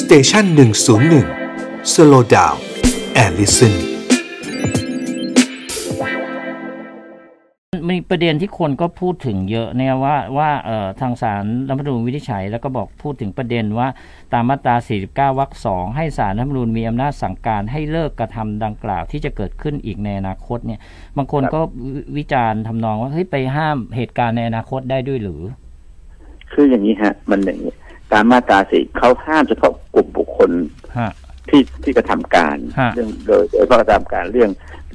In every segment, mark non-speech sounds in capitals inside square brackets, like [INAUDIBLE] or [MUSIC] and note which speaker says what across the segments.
Speaker 1: สเตชันหนึ่งศูนย์หนึ่งสโลดาวแอลลิสัน
Speaker 2: มีประเด็นที่คนก็พูดถึงเยอะเนี่ยว่าว่าเอ่อทางศาลรัฐธรรมนูญวินิจฉัย แล้วก็บอกพูดถึงประเด็นว่าตามมาตรา 49 วรรคสองให้ศาลรัฐธรรมนูญมีอำนาจสั่งการให้เลิกกระทำดังกล่าวที่จะเกิดขึ้นอีกในอนาคตเนี่ยบางคนก็วิวิจารณ์ทำนองว่าเฮ้ยไปห้ามเหตุการณ์ในอนาคตได้ด้วยหรือ
Speaker 3: คืออย่างนี้ฮะ มันอย่างนี้ตามมาตราสี่เขาห้ามเฉพาะกลุ่มบุคคล
Speaker 2: ฮะ
Speaker 3: ที่ที่กระทำการ
Speaker 2: ฮะ
Speaker 3: เรื่องโดยโดยเฉพาะกระทำการเรื่อง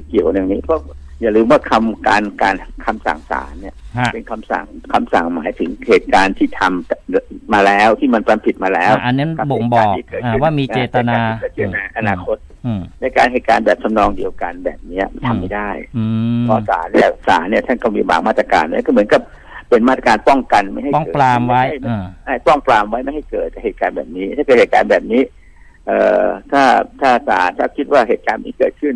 Speaker 3: เกี่ยวกับเรื่องนี้เพราะอย่าลืมว่าคำการการคำสั่งศาลเนี่ย
Speaker 2: ฮะ
Speaker 3: เป็นคำสั่งคำสั่งหมายถึงเหตุการณ์ที่ทำมาแล้วที่มันความผิดมาแล้ว
Speaker 2: อ่ะอันนั้นบ่งบอก
Speaker 3: เหตุารณ์ที่เด
Speaker 2: อ่ะ
Speaker 3: ขึ้น
Speaker 2: ว่ามีเจตนา
Speaker 3: เหตุกรณ์ที่เกิดขึ้นในอนาคต
Speaker 2: อืม
Speaker 3: ในการเหตุการณ์แบบทำนองเดียวกันแบบเนี้ยทำไม่ได้
Speaker 2: อืม
Speaker 3: เพราะศาลเนี่ยศาลเนี่ยท่านก็มีบางมาตรการเนี่ยก็เหมือนกับเป็นมาตรการป้องกันไม่ให้
Speaker 2: ป้อง
Speaker 3: เกิด
Speaker 2: ปรามไว้
Speaker 3: ให้
Speaker 2: อ่า
Speaker 3: ไอ้ป้องปรามไว้ไม่ให้เกิดเหตุการณ์แบบนี้ ถ้าเกิดเหตุการณ์แบบนี้ เอ่อถ้าถ้าศาลถ้าคิดว่าเหตุการณ์นี้เกิดขึ้น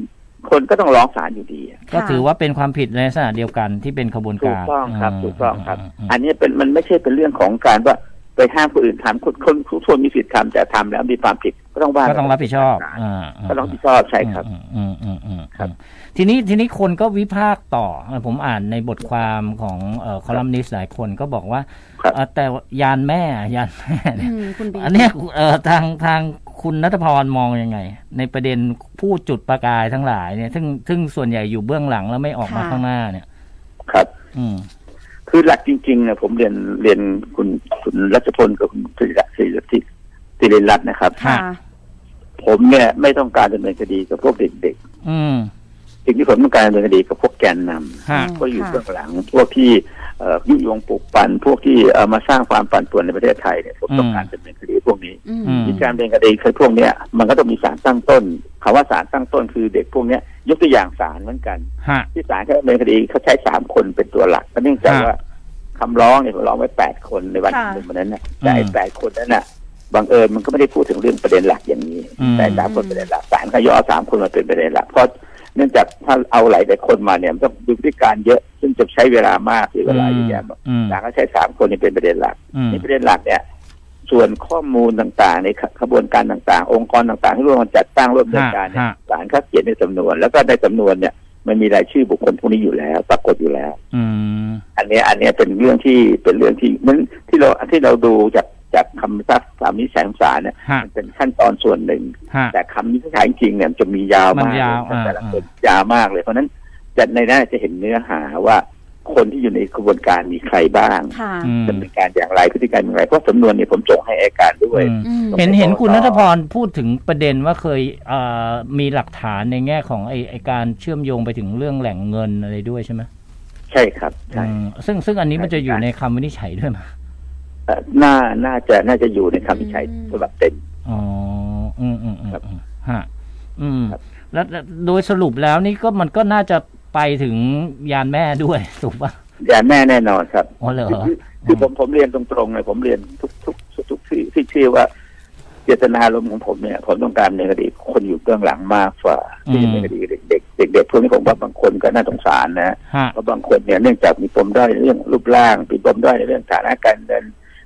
Speaker 3: คนก็ต้องร้องศาลอยู่ดี
Speaker 2: ก็ถือว่าเป็นความผิดในลักษณะเดียวกันที่เป็นขบวน
Speaker 3: ถู
Speaker 2: กาก ร
Speaker 3: ต้องครับ
Speaker 2: ม
Speaker 3: ถูกต้องครับ
Speaker 2: ม
Speaker 3: อันนี้เป็นมันไม่ใช่เป็นเรื่องของการว่าไปห้ามคนอื่นทำคนคนทุกคนมีสิทธิ์ทำแต่ทำแล้วมีความผิดก็ต้องว่า
Speaker 2: ก็ต้องรับผิดชอบ
Speaker 3: ศาล
Speaker 2: อ่า
Speaker 3: ก็ต้องรับผิดชอบใช่ครับ
Speaker 2: อืมอืมอืมอืมอืม
Speaker 3: ครับ
Speaker 2: ทีนี้ทีนี้คนก็วิพากษ์ต่อเอ่อผมอ่านในบทความของคอลัมนิสหลายคนก็บอกว่า
Speaker 3: ครับ
Speaker 2: เอ่อแต่ว่ายานแม่ยานแม่เนี่ย
Speaker 4: อืมคุณบี
Speaker 2: อันเนี้ยเอ่อทางทางคุณนัทพรมองยังไง ในประเด็นผู้จุดประกายทั้งหลายเนี่ยซึ่งซึ่งส่วนใหญ่อยู่เบื้องหลังแล้วไม่ออกมาข้างหน้าเนี่ย
Speaker 3: ครับ
Speaker 2: อืม
Speaker 3: คือหลักจริงๆเนี่ยผมเรียนเรียนคุณคุณรัชพลกับคุณศิริรัตน์ศิริรัตน์ศิริรัตน์นะครับ
Speaker 2: ครับ
Speaker 4: ค่ะ
Speaker 3: ผมเนี่ยไม่ต้องการดำเนินคดีกับพวกเด็ก
Speaker 2: อืม
Speaker 3: ๆสิ่งที่ผมต้องการดำเนินคดีกับพวกแกนนำ
Speaker 2: ฮะ
Speaker 4: อืม
Speaker 3: พวกอยู่เบื้องหลัง พวกที่เอ่อยุยงปลุกปั่นพวกที่เอามาสร้างความปั่นป่วนในประเทศไทยเนี่ยผมต้องการดำเนินคดีพวกนี้
Speaker 4: อืม
Speaker 2: อืม
Speaker 3: มีการดำเนินคดีคือพวกเนี้ยมันก็ต้องมีสารตั้งต้นคำว่าสารตั้งต้นคือเด็กพวกเนี้ยยกตัวอย่างสารเหมือนกัน
Speaker 2: ฮะ
Speaker 3: ที่ศาลเขาดำเนินคดีเขาใช้สามคนเป็นตัวหลักก็เนื่องจาก
Speaker 2: ฮะ
Speaker 3: ว่าคำร้องเนี่ยผมร้องไว้แปดคนในวัน
Speaker 4: ค่ะ
Speaker 3: หนึ่งวันนั้นนะแต่ไอ้
Speaker 2: อืม
Speaker 3: แปดคนนั้นน่ะบังเอิญมันก็ไม่ได้พูดถึงเรื่องประเด็นหลักอย่างนี้
Speaker 2: อืม
Speaker 3: แต่สามคนประเด็นหลักศาลก็ย่อสามคนมาเป็นประเด็นหลักเพราะเนื่องจากถ้าเอาหลายแต่คนมาเนี่ยมันต้องดูพฤติการเยอะ ซึ่งจะใช้เวลามากหรือเวลาเยอะแยะ
Speaker 2: อืม
Speaker 3: ศาลก็ใช้สามคนนี่เป็นประเด็นหลัก
Speaker 2: อืม
Speaker 3: นี่ประเด็นหลักเนี่ย ส่วนข้อมูลต่างๆ ในขบวนการต่างๆ องค์กรต่างๆ ที่ร่วมกันจัดตั้งร่วมดำเนินการเนี่ย
Speaker 2: ฮะ
Speaker 3: ศาลเขาเขียนในสำนวน แล้วก็ในสำนวนเนี่ยมันมีรายชื่อบุคคลพวกนี้อยู่แล้ว ปรากฏอยู่แล้ว
Speaker 2: อืม
Speaker 3: อันเนี้ยอันเนี้ยเป็นเรื่องที่เป็นเรื่องที่นั้นที่เราที่เราดูจากจากคำพิพากษาวินิจฉัยของศาลเนี่ย
Speaker 2: ฮะ
Speaker 3: มันเป็นขั้นตอนส่วนหนึ่ง
Speaker 2: ฮะ
Speaker 3: แต่คำวินิจฉัยจริงเนี่ยมันจะมียาว
Speaker 2: มัน
Speaker 3: มาก
Speaker 2: ยาว
Speaker 3: เลยแต่ละ
Speaker 2: อ่า
Speaker 3: คนยาวมากเลย เพราะฉะนั้นจะในหน้าจะเห็นเนื้อหาว่าคนที่อยู่ในกระบวนการมีใครบ้าง
Speaker 4: ค่ะ
Speaker 2: อืม
Speaker 3: ดำเนินการอย่างไรพฤติการอย่างไรเพราะสำนวนเนี่ยผมส่งให้อัยการด้วย
Speaker 2: อืม
Speaker 4: อืม
Speaker 2: เห็นเห็นคุณ
Speaker 3: ต่
Speaker 2: นั
Speaker 3: อ
Speaker 2: ทพรพูดถึงประเด็นว่าเคยเอ่อมีหลักฐานในแง่ของไอ้ไอ้การเชื่อมโยงไปถึงเรื่องแหล่งเงินอะไรด้วยใช่ไหม
Speaker 3: ใช่ครับใช่
Speaker 2: อืมซึ่งซึ่งอันนี้มันจะอยู่
Speaker 3: ใช่
Speaker 2: ในคำวินิจฉัยด้วยมั้ย
Speaker 3: เอ่อน่าน่าจะน่าจะอยู่ในคำวินิจฉัยฉบับเต็ม
Speaker 2: อ๋ออืมอืมอืม
Speaker 3: ครับ
Speaker 2: อืมฮะอืม
Speaker 3: ครับ
Speaker 2: แล้วแล้วโดยสรุปแล้วนี่ก็มันก็น่าจะไปถึงยานแม่ด้วย [LAUGHS] ถูกป่ะ
Speaker 3: ยาแม่แน่นอนครับ
Speaker 2: อ๋อเหรอ
Speaker 3: คือคือผมผมเรียนตรงๆเลยผมเรียนทุกทุกทุกทุกที่ที่เชื่อว่า เจตนารมณ์ของผมเนี่ยผมต้องการในคดีคนอยู่เบื้องหลังมากกว่าที่
Speaker 2: อืม
Speaker 3: ในคดีเด็กเด็กเด็กเด็กพวกนี้ผมว่าบางคนก็น่าสงสารนะ
Speaker 2: ฮะ
Speaker 3: เพราะบางคนเนี่ยเนื่องจากมีปมด้อยเรื่องรูปร่างมีปมด้อยในเรื่องฐานะการเงิน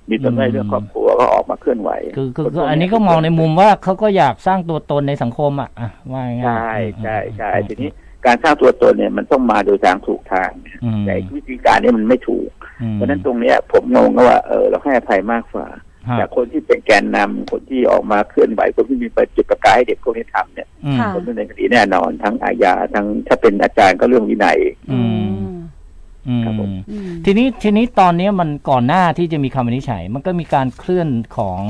Speaker 3: มีปมด้อยเรื่องครอบครัวก็ออกมาเคลื่อนไหว
Speaker 2: คือคือ
Speaker 3: พ
Speaker 2: คือ
Speaker 3: ว
Speaker 2: ก อันนี้ก็มองในมุมว่าเขาก็อยากสร้างตัวตนในสังคมอ่ะอ่ะว่าง่ายๆ
Speaker 3: ใช่ใช่ใช่
Speaker 2: อืม
Speaker 3: ทีนี้การสร้างตัวตนเนี่ยมันต้องมาโดยทางถูกทาง
Speaker 2: อืม
Speaker 3: แต่วิธีการเนี่ยมันไม่ถูก
Speaker 2: อืม
Speaker 3: เพราะฉะนั้นตรงเนี้ยผมงงว่าเออเราให้อภัยมากกว่า
Speaker 2: ฮะ
Speaker 3: แต่คนที่เป็นแกนนำคนที่ออกมาเคลื่อนไหวคนที่มีประจุดประกายให้เด็กพวกนี้ทำเนี่ย
Speaker 2: อืม
Speaker 4: ค่ะ
Speaker 3: คนดำเนินคดีแน่นอน ทั้งอาญาทั้งถ้าเป็นอาจารย์ก็เรื่องวินัย
Speaker 2: อืม อืม
Speaker 3: ครับผม
Speaker 4: อืม
Speaker 2: ทีนี้ทีนี้ตอนนี้มันก่อนหน้าที่จะมีคำวินิจฉัย มันก็มีการเคลื่อนของ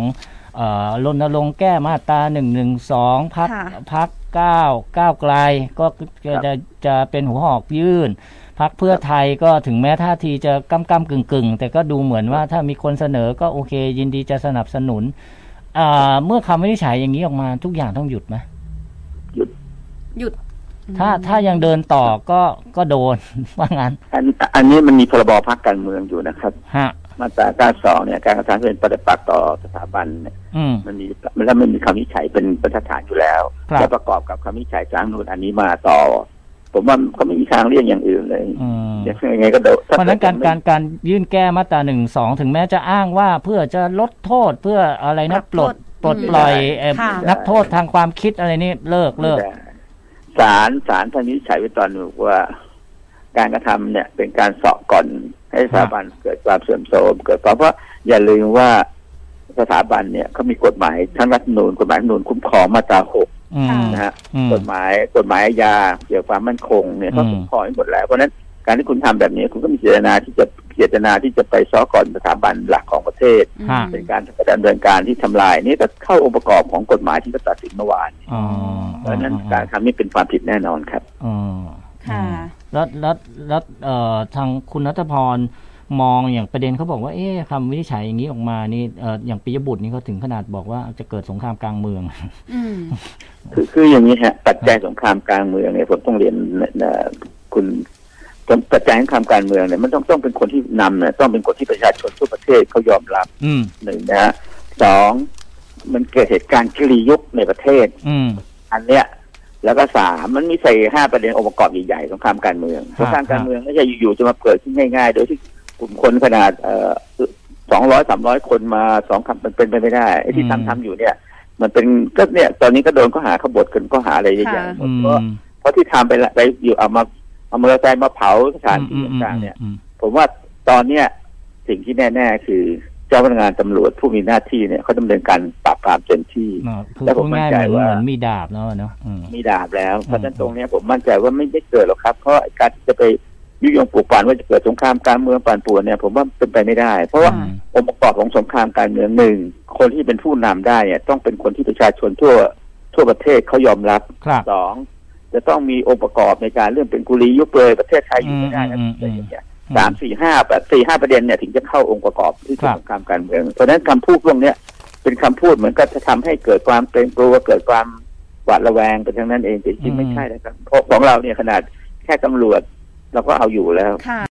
Speaker 2: เอ่อรณรงค์แก้มาตราหนึ่งหนึ่งสองพัก
Speaker 4: ค่ะ
Speaker 2: พักเก้าก้าวไกลก็จะจะจะเป็นหัวหอกยื่นพักเพื่อไทยก็ถึงแม้ท่าทีจะก้ำก้ำกึ่งกึ่งๆ แต่ก็ดูเหมือนว่าถ้ามีคนเสนอก็โอเค ยินดีจะสนับสนุนอ่าเมื่อคำวินิจฉัยอย่างนี้ออกมาทุกอย่างต้องหยุดไหม
Speaker 4: หยุด
Speaker 2: ถ้าถ้ายังเดินต่อก็ก็โดน [LAUGHS] ว่างั้น
Speaker 3: อันอันนี้มันมีพรบพักการเมืองอยู่นะครับ
Speaker 2: ฮะ
Speaker 3: มาตรา92เนี่ยการกระทำที่เป็นปฏิปักษ์ต่อสถาบันเนี่ย
Speaker 2: อืม
Speaker 3: มันมีมันแล้วมันมีคำวินิจฉัยเป็นประฐานอยู่แล้ว
Speaker 2: ครับ
Speaker 3: และประกอบกับคำวินิจฉัยจางนูนอันนี้มาต่อ ผมว่าเขาไม่มีทางเลี่ยงอย่างอื่นเลย
Speaker 2: อืม
Speaker 3: ยังไงก็โดน
Speaker 2: เพราะฉะนั้นการการการยื่นแก้มาตราหนึ่งสองถึงแม้จะอ้างว่าเพื่อจะลดโทษเพื่ออะไรนะปลด ปลดปล่อยเอ่อ
Speaker 4: ค่ะ
Speaker 2: นักโทษทางความคิดอะไรนี่เลิกเลิก
Speaker 3: แต่ศาลศาลท่านวินิจฉัยไว้ตอนหนึ่งว่า การกระทำเนี่ย เป็นการเสาะก่อนให้สถาบันเกิดความเสื่อมโทรมเกิดความเพราะอย่าลืมว่าสถาบันเนี่ยเขามีกฎหมายทั้งรัฐธรรมนูญกฎหมายรัฐธรรมนูญคุ้มครองมาตราหก
Speaker 2: อืม
Speaker 3: นะฮะ
Speaker 2: อืม
Speaker 3: กฎหมายกฎหมายอาญาเกี่ยวกับความมั่นคงเนี่ยเขา
Speaker 2: อืม
Speaker 3: คุ้มครองให้หมดแล้วเพราะฉะนั้นการที่คุณทำแบบนี้ คุณก็มีเจตนาที่จะเจตนาที่จะไปซ้อก่อนสถาบันหลักของประเทศ
Speaker 2: ค่ะ
Speaker 3: เป็นการดำเนินการที่ทำลายนี่ก็เข้าองค์ประกอบของกฎหมายที่เขาตัดสินเมื่อวาน
Speaker 2: อ๋อ
Speaker 3: เพราะฉะนั้นการทำนี่เป็นความผิดแน่นอนครับ
Speaker 2: อ๋อ
Speaker 4: ค่ะ
Speaker 2: แล้วแล้วแล้วเอ่อทางคุณนัทพรมองอย่างประเด็นเขาบอกว่า เอ๊ะคำวินิจฉัยอย่างนี้ออกมานี่เอ่ออย่างปิยบุตรนี่เขาถึงขนาดบอกว่าจะเกิดสงครามกลางเมือง
Speaker 4: อืม
Speaker 3: คือคืออย่างนี้ฮะปัจจัยสงครามกลางเมืองเนี่ยผมต้องเรียนเอ่อคุณปัจจัยสงครามการเมืองเนี่ยมันต้องต้องเป็นคนที่นำเนี่ยต้องเป็นคนที่ประชาชนทั่วประเทศเขายอมรับ
Speaker 2: อืม
Speaker 3: หนึ่งนะฮะสองมันเกิดเหตุการณ์คลียุคในประเทศ
Speaker 2: อืม
Speaker 3: อันเนี้ยแล้วก็สามมันมีใส่ห้าประเด็นองค์ประกอบใหญ่ๆสงครามการเมือง
Speaker 2: ฮะ
Speaker 3: สงครามการเมืองไม่ใช่อยู่ๆจะมาเกิดขึ้นง่ายๆ โดยที่กลุ่มคนขนาดเอ่อสองร้อยสามร้อยคนมาสองคำมันเป็นไปไม่ได้ไอ้ที่ทำทำอยู่เนี่ย มันเป็นก็เนี่ยตอนนี้ก็โดนข้อหาขบฏกันข้อหาอะไรเยอะแยะ
Speaker 4: ค่ะ
Speaker 3: หม
Speaker 2: อื
Speaker 3: ด
Speaker 2: ม
Speaker 3: เพราะเพราะที่ทำไปละไปอยู่เอามาเอามอเตอร์ไซค์มาเผาสถานที่ต่างๆเนี่ย
Speaker 2: อืม
Speaker 3: ผมว่าตอนเนี้ยสิ่งที่แน่ๆคือเจ้าพนักงานตำรวจผู้มีหน้าที่เนี่ยเขาดำเนินการปราบปรามเต็มที่
Speaker 2: อืมอืมเนอะคือ
Speaker 3: แล้วผ
Speaker 2: พู
Speaker 3: ม
Speaker 2: ด
Speaker 3: มั่น
Speaker 2: ง่าย
Speaker 3: ใจ
Speaker 2: เหมือน
Speaker 3: ว่า
Speaker 2: เหมือนมีดาบแล้วเนาะอืม
Speaker 3: มีดาบแล้วเพราะฉะนั้น
Speaker 2: อืม
Speaker 3: ตรงเนี้ยผมมั่นใจว่าไม่ได้เกิดหรอกครับ เพราะการที่จะไปยุยงปลูกปั่นว่าจะเกิดสงครามการเมืองปั่นป่วนเนี่ย ผมว่าเป็นไปไม่ได้ เพราะว่า
Speaker 2: อืม
Speaker 3: องค์ประกอบของสงครามการเมืองหนึ่งคนที่เป็นผู้นำได้เนี่ยต้องเป็นคนที่ประชาชนทั่วทั่วประเทศเขายอมรับ
Speaker 2: ครับ
Speaker 3: สองจะต้องมีองค์ประกอบในการเรื่องเป็นกุลียุบเลยประเทศไทยอยู่ไม่ได้นะ
Speaker 2: อืม
Speaker 3: อะไรอย่างเงี้ย
Speaker 2: อืม
Speaker 3: สามสี่ห้าแบบสี่ห้าประเด็นเนี่ยถึงจะเข้าองค์ประกอบที่
Speaker 2: ครั
Speaker 3: เป็น
Speaker 2: บ
Speaker 3: สงครามการเมืองเพราะฉะนั้นคำพูดพวกเนี้ยเป็นคำพูดเหมือนก็จะทำให้เกิดความเกรงกลัวเกิดความ หวาดระแวงไปทั้งนั้นเองแต่จริงๆไม่ใช่นะครับเพราะของเราเนี่ยขนาดแค่ตำรวจ เราก็เอาอยู่แล้ว
Speaker 4: ค่ะ